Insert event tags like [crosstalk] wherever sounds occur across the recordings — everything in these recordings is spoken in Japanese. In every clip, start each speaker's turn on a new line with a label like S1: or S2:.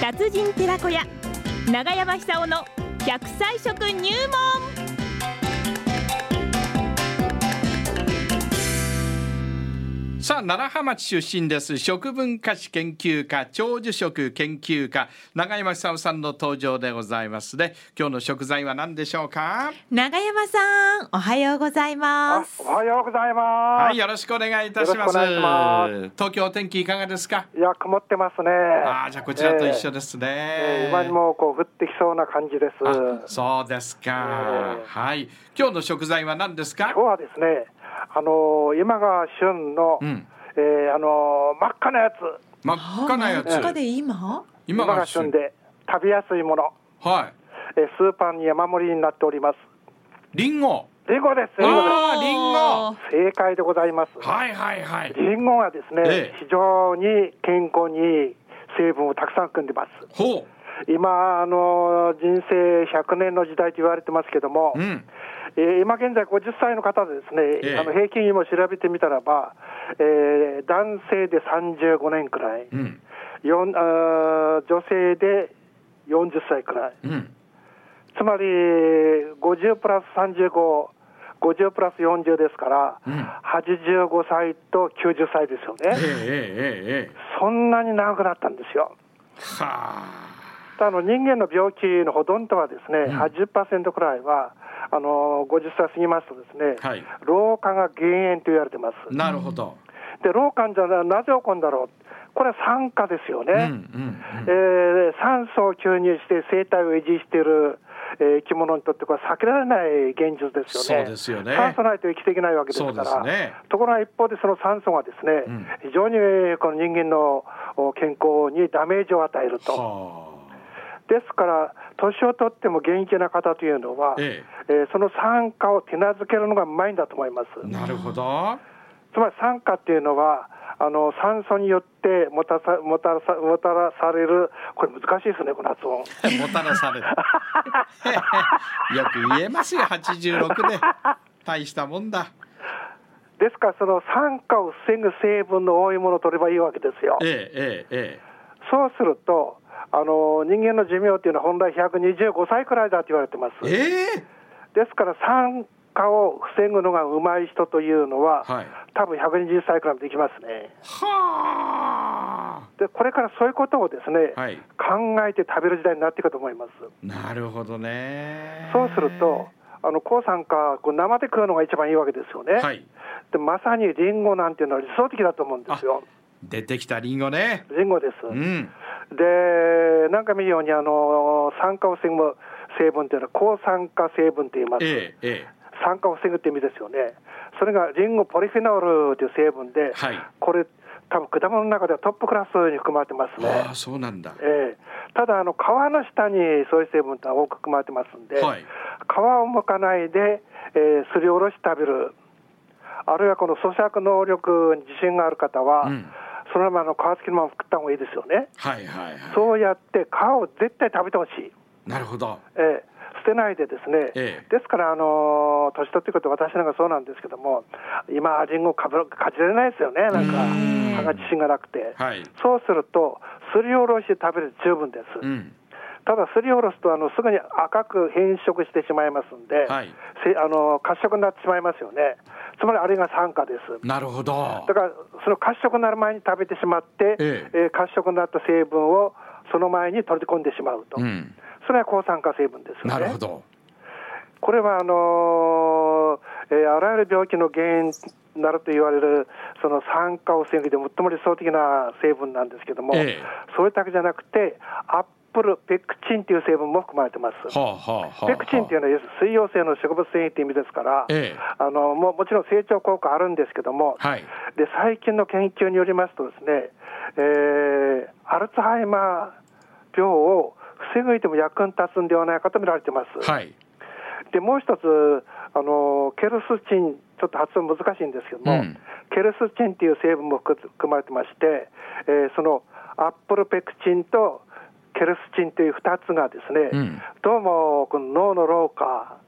S1: 達人寺子屋長山久夫の百歳食入門
S2: さあ楢葉町出身です食文化史研究家長寿食研究家永山久夫さんの登場でございますで今日の食材は何でしょうか
S1: 長山さんおはようございま
S3: あ
S1: す
S3: おはようございま
S2: は
S3: す。
S2: い
S3: い、
S2: よろしくお願いいたします
S3: よろしくお願いし
S2: 東京お天気いかがですか
S3: や曇ってますね。
S2: ああじゃあこちらと一緒
S3: で、
S2: です
S3: え
S2: ね、
S3: ー今にもこう降ってきそうな感じです。
S2: あそうですか、
S3: ええ
S2: はい今日の食材は何ですか
S3: 今日はですね、あのー今が旬の、
S2: うん
S3: えーあのー真っ赤なやつ、
S2: 真っ赤なやつ
S3: 真っ赤
S1: で今
S2: 今が旬
S3: 旬で食べやすいもの、
S2: は
S3: えースーパーに山盛りになっております。
S2: いリンゴ
S3: リンゴです。リンゴで
S2: あーリンゴ
S3: す。正解でございます。
S2: はいはいはい
S3: リンゴはですね、
S2: ええ
S3: 非常に健康にいい成分をたくさん含んでます。
S2: ほ
S3: 今、あのー人生100年の時代と言われてますけども、
S2: ううん
S3: えー今現在50歳の方でですね、
S2: ええ
S3: あの平均今調べてみたらば、えー男性で35年くらい、
S2: うん
S3: よんあー女性で40歳くらい、
S2: うん
S3: つまり50プラス35、50プラス40ですから、
S2: うん
S3: 85歳と90歳ですよ
S2: えええ
S3: ね、
S2: えええ
S3: そんなに長くなったんですよ。
S2: は
S3: あの人間の病気のほとんどはですね、
S2: うん
S3: 80%くらいはあの50歳過ぎますとですね、
S2: あはい
S3: 老化が減塩と言われてます。
S2: なるほど、
S3: で老化じゃななぜ起こるんだろう、これは酸化ですよね、
S2: うんうん
S3: えー酸素を吸入して生態を維持している、えー生き物にとってこれは避けられない現実ですよね。
S2: そうですよね
S3: 酸素ないと生きていけないわけですから。
S2: そうですね
S3: ところが一方でその酸素がですね、
S2: うん
S3: 非常にえーこの人間のお健康にダメージを与えると。
S2: はあ
S3: ですから年をとっても元気な方というのは、
S2: え
S3: えーその酸化を手なずけるのがうまいんだと思います。
S2: えなるほど
S3: つまり酸化っていうのは、あの酸素によってもたさもたらさもたらされる、これ難しいですね、この発音。
S2: もたらされた [laughs] よく言えますよ86で大したもんだ
S3: ですから、その酸化を防ぐ成分の多いものを取ればいいわけですよ。
S2: えええええ
S3: そうすると、あの人間の寿命っていうのは本来125歳くらいだと言われてます。
S2: えええ
S3: ですから、酸化を防ぐのがうまい人というのは、
S2: はい
S3: 多分120歳くらいまでいきますね。
S2: はあ
S3: で、これからそういうことをですね、
S2: はい
S3: 考えて食べる時代になっていくと思います。
S2: なるほどね
S3: そうすると、あの抗酸化、こう生で食うのが一番いいわけですよね、
S2: はい
S3: で。まさにリンゴなんていうのは理想的だと思うんですよ、
S2: 出てきたリンゴね
S3: リンゴです。
S2: うん
S3: で、なんか見るように、あの酸化を防ぐ成分っていうのは、抗酸化成分って言います、
S2: えええ
S3: 酸化を防ぐって意味ですよね、それがリンゴポリフェノールという成分で、
S2: はい
S3: これ、多分果物の中ではトップクラスに含まれてます
S2: え
S3: ね。
S2: ああそうなんだ
S3: ええただあの、皮の下にそういう成分ってのは多く含まれてますんで、
S2: はい
S3: 皮を剥かないで、えーすりおろして食べる、あるいはこの咀嚼能力に自信がある方は、
S2: うん
S3: そのままあの皮付きのまま食った方がいいですよね、
S2: はいはいは
S3: そうやって皮を絶対食べてほしい、
S2: いなるほど
S3: ええ捨てないでですね、
S2: ええ
S3: ですから、あのー年取ってくると、私なんかそうなんですけども、今、リンゴかぶるかじれないですよね、なんか、
S2: うん
S3: 歯が自信がなくて。
S2: はい
S3: そうすると、すりおろして食べると十分です。
S2: うん
S3: ただすりおろすとあのすぐに赤く変色してしまいますんで、
S2: はい
S3: せあの褐色になってしまいますよねつまりあれが酸化です
S2: なるほど
S3: だからその褐色になる前に食べてしまって、
S2: え
S3: えー褐色になった成分をその前に取り込んでしまうと、
S2: うん
S3: それは抗酸化成分ですよね
S2: なるほど
S3: これはあのーえーあらゆる病気の原因になると言われるその酸化を防ぐで最も理想的な成分なんですけども、
S2: ええ
S3: それだけじゃなくてアップルペクチンという成分も含まれてます。
S2: はあはあはあはあ
S3: ペクチンっていうのは要するに水溶性の植物繊維って意味ですから、
S2: ええ
S3: あのもうもちろん成長効果あるんですけども、
S2: はい
S3: で最近の研究によりますとですね、えーアルツハイマー病を防ぐにでも役に立つんではないかと見られてます。
S2: はい
S3: でもう一つあのケルスチンちょっと発音難しいんですけども、
S2: うん
S3: ケルスチンっていう成分も含含まれてまして、えーそのアップルペクチンとケルスチンという2つがですね、
S2: うん
S3: どうもこの脳の老化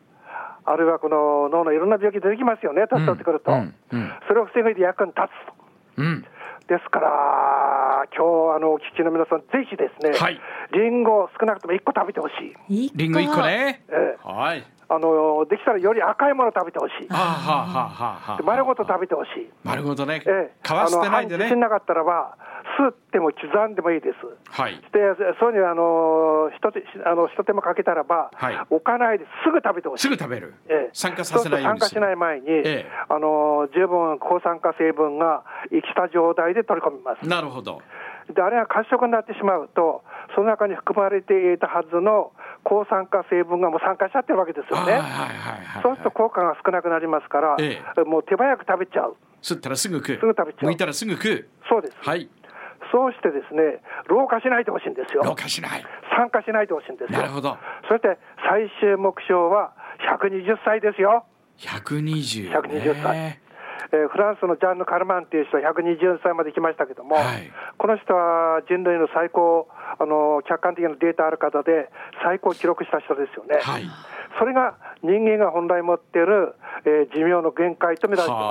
S3: あるいはこの脳のいろんな病気出てきますよね年取ってくると、
S2: うんうんうん
S3: それを防ぐ上で役に立つ
S2: う
S3: と
S2: ん
S3: ですからあ今日あのお聞きの皆さん、ぜひですね、
S2: はい
S3: リンゴ少なくとも1個食べてほしい、
S1: 一
S2: リンゴ一個。ね。
S3: ええ
S2: はい。
S3: あのできたらより赤いもの食べてほしい、
S2: あはあはあはあはあ
S3: で丸ごと食べてほしい、
S2: なるほどね。
S3: ええ、
S2: かわしてないで
S3: あの歯に自信
S2: ね。
S3: なかったらば、すっても刻んでもいいです。
S2: はい。
S3: でそういうふうにあのひとてあのひと手間かけたらば、
S2: はい
S3: 置かないですぐ食べてほしい
S2: すぐ食べる。
S3: ええ
S2: 酸化させないように
S3: そうす
S2: す
S3: ると酸化しな
S2: る。
S3: い前に、
S2: ええ
S3: あの十分抗酸化成分が生きた状態で取り込みます。
S2: なるほど。
S3: であれが褐色になってしまうと、その中に含まれていたはずの抗酸化成分がもう酸化しちゃってるわけです
S2: あ
S3: よ
S2: はいはい
S3: ね。
S2: はいはい。
S3: そうすると効果が少なくなりますから、
S2: え
S3: もう手早く食べちゃう。
S2: 吸ったらすぐ食う。
S3: すぐ食べちゃう
S2: 剥いたらすぐ食う。
S3: そうです。
S2: はい。
S3: そうしてですね、老化しないでほしいんですよ。
S2: 老化しない。
S3: 酸化しないでほしいんですよ。
S2: なるほど。
S3: そして最終目標は120歳ですよ。
S2: 120。
S3: 120歳。えーフランスのジャンヌ・カルマンという人は120歳まで来ましたけども、
S2: はい
S3: この人は人類の最高、あの客観的なデータある方で、最高を記録した人ですよね、
S2: はい。
S3: それが人間が本来持っている、えー寿命の限界と見られていま
S2: は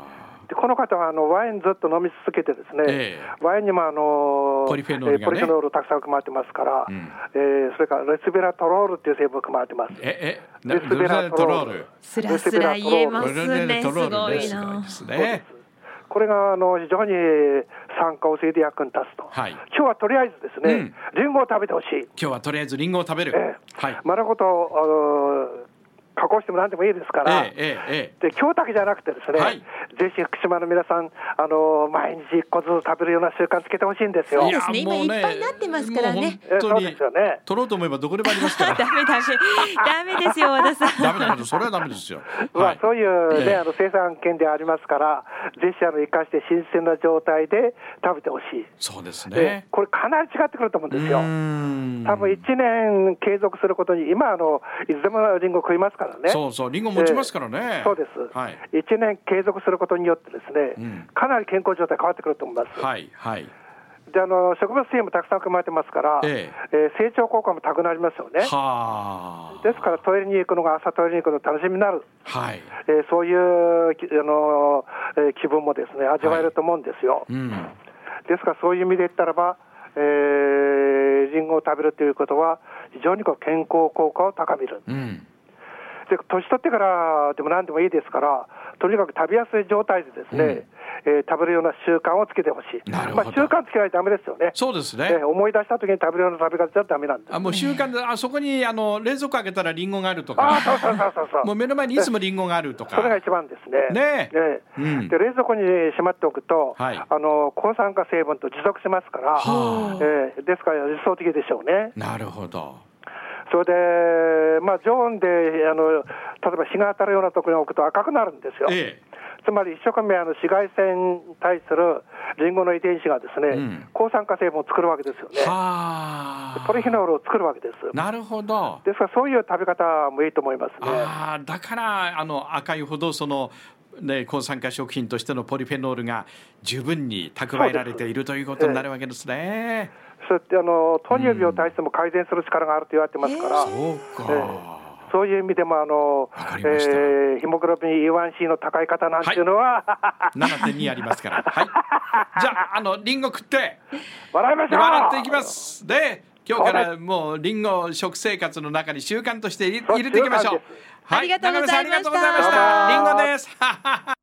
S2: あ。
S3: す。でこの方はあのワインずっと飲み続けて、ですね、
S2: え
S3: ワインにもあの
S2: ポリフェノールがね
S3: えーポリフェノールたくさん含まれてますから、
S2: ん
S3: えーそれからレスベラトロールっていう成分が含まれてます。
S2: え、え、な
S3: レスベラトロール
S1: すらすら言えますね。す
S2: ル
S1: ご
S2: ね
S1: い
S2: すごい
S1: な
S2: で。す
S3: そうで
S2: ね。
S3: すこれがあの非常に酸化を防いで役に立つと、
S2: はい
S3: 今日はとりあえずですね、リンゴを食べてほしい、
S2: 今日はとりあえずリンゴを食べる。
S3: ええ
S2: はい。
S3: 丸ごとあの加工してもなんでもいいですから、
S2: ええ、ええ、ええ。
S3: で今日だけじゃなくて、ですね、
S2: はい
S3: ぜひ福島の皆さん、あの毎日1個ずつ食べるような習慣つけてほしいんですよ。
S1: やですね今いっぱいになってますからね
S2: もう
S3: ええ
S2: 本
S3: そ
S2: 当
S3: うで
S2: に
S3: す。よね
S2: 取ろうと思えばどこでもありますか
S3: [laughs]
S1: ダ
S2: ら。
S1: メダメダメですよ和田さん。
S2: ダメだけど、それはダメですよ。
S3: ま
S2: は
S3: あ、そういう、ね
S2: ええ
S3: あの生産権でありますから、ぜひあの生かして新鮮な状態で食べてほしい、
S2: そうです
S3: で
S2: ね。
S3: これ、かなり違ってくると思うんですよ。
S2: ん
S3: 多分1年継続することに、今あの、いつでもリンゴ食いますからね、
S2: そうそう、リンゴ持ちますからね。
S3: そうです、
S2: はい。
S3: 1年継続することによって、ですね、
S2: うん
S3: かなり健康状態変わってくると思います。
S2: はい、はい。
S3: であの植物繊維もたくさん含まれてますから、
S2: え
S3: えー成長効果も高くなりますよね。
S2: はあ。
S3: ですから、トイレに行くのが朝トイレに行くの楽しみになる、
S2: はい。
S3: えーそういうきあの、えー気分もですね味わえると思うんですよ。
S2: うん。
S3: ですから、そういう意味で言ったらば、えー、リンゴを食べるということは、非常にこう健康効果を高める。
S2: うん。
S3: で年取ってからでも何でもいいですから、とにかく食べやすい状態でですね、えー食べるような習慣をつけてほしい。
S2: なる
S3: ま
S2: ほど
S3: あ習慣つけないとダメですよね。
S2: そうですね
S3: えー。思い出した時に食べるような食べ方じゃダメなんです。
S2: あ、もう習慣で、あそこに、あの、冷蔵庫開けたらリンゴがあると
S3: ああ、
S2: か。
S3: そうそうそうそうそ
S2: もう
S3: う。
S2: 目の前にいつもリンゴがあるとか。
S3: それが一番ですね。
S2: ねえ
S3: ええ
S2: うん
S3: で冷蔵庫にしまっておくと、
S2: はい
S3: あの抗酸化成分と持続しますから、
S2: は
S3: ええですから理想的でしょうね。
S2: なるほど。
S3: それで、まあ、常温であの例えば日が当たるようなところに置くと赤くなるんですよ。
S2: え
S3: つまり一生懸命あの紫外線に対するリンゴの遺伝子がですね、
S2: うん
S3: 抗酸化成分を作るわけですよ
S2: え。
S3: ね。
S2: はあ。
S3: トリフェノールを作るわけです。
S2: なるほど。
S3: ですからそういう食べ方もいいと思いますね。
S2: ああ、だから、あの、赤いほど、その。ね、抗酸化食品としてのポリフェノールが十分に蓄えられているということになるわけですね。
S3: そうやってあの糖尿病体質も改善する力があると言われてますから、
S2: そうか。
S3: そういう意味でもあの
S2: か、りました
S3: えー、ヒモグロビン E1C の高い方なんていうのは、
S2: 7.2ありますから。はい。じゃあ、あの、リンゴ食って、
S3: [laughs] 笑いましょう。
S2: 笑っていきます。で、今日からもうリンゴを食生活の中に習慣として入れ入れていきましょ
S3: そう
S2: う
S3: 習慣です。
S2: はい
S1: ありがとうございました
S2: 中村さんありがとうございました。リンゴです。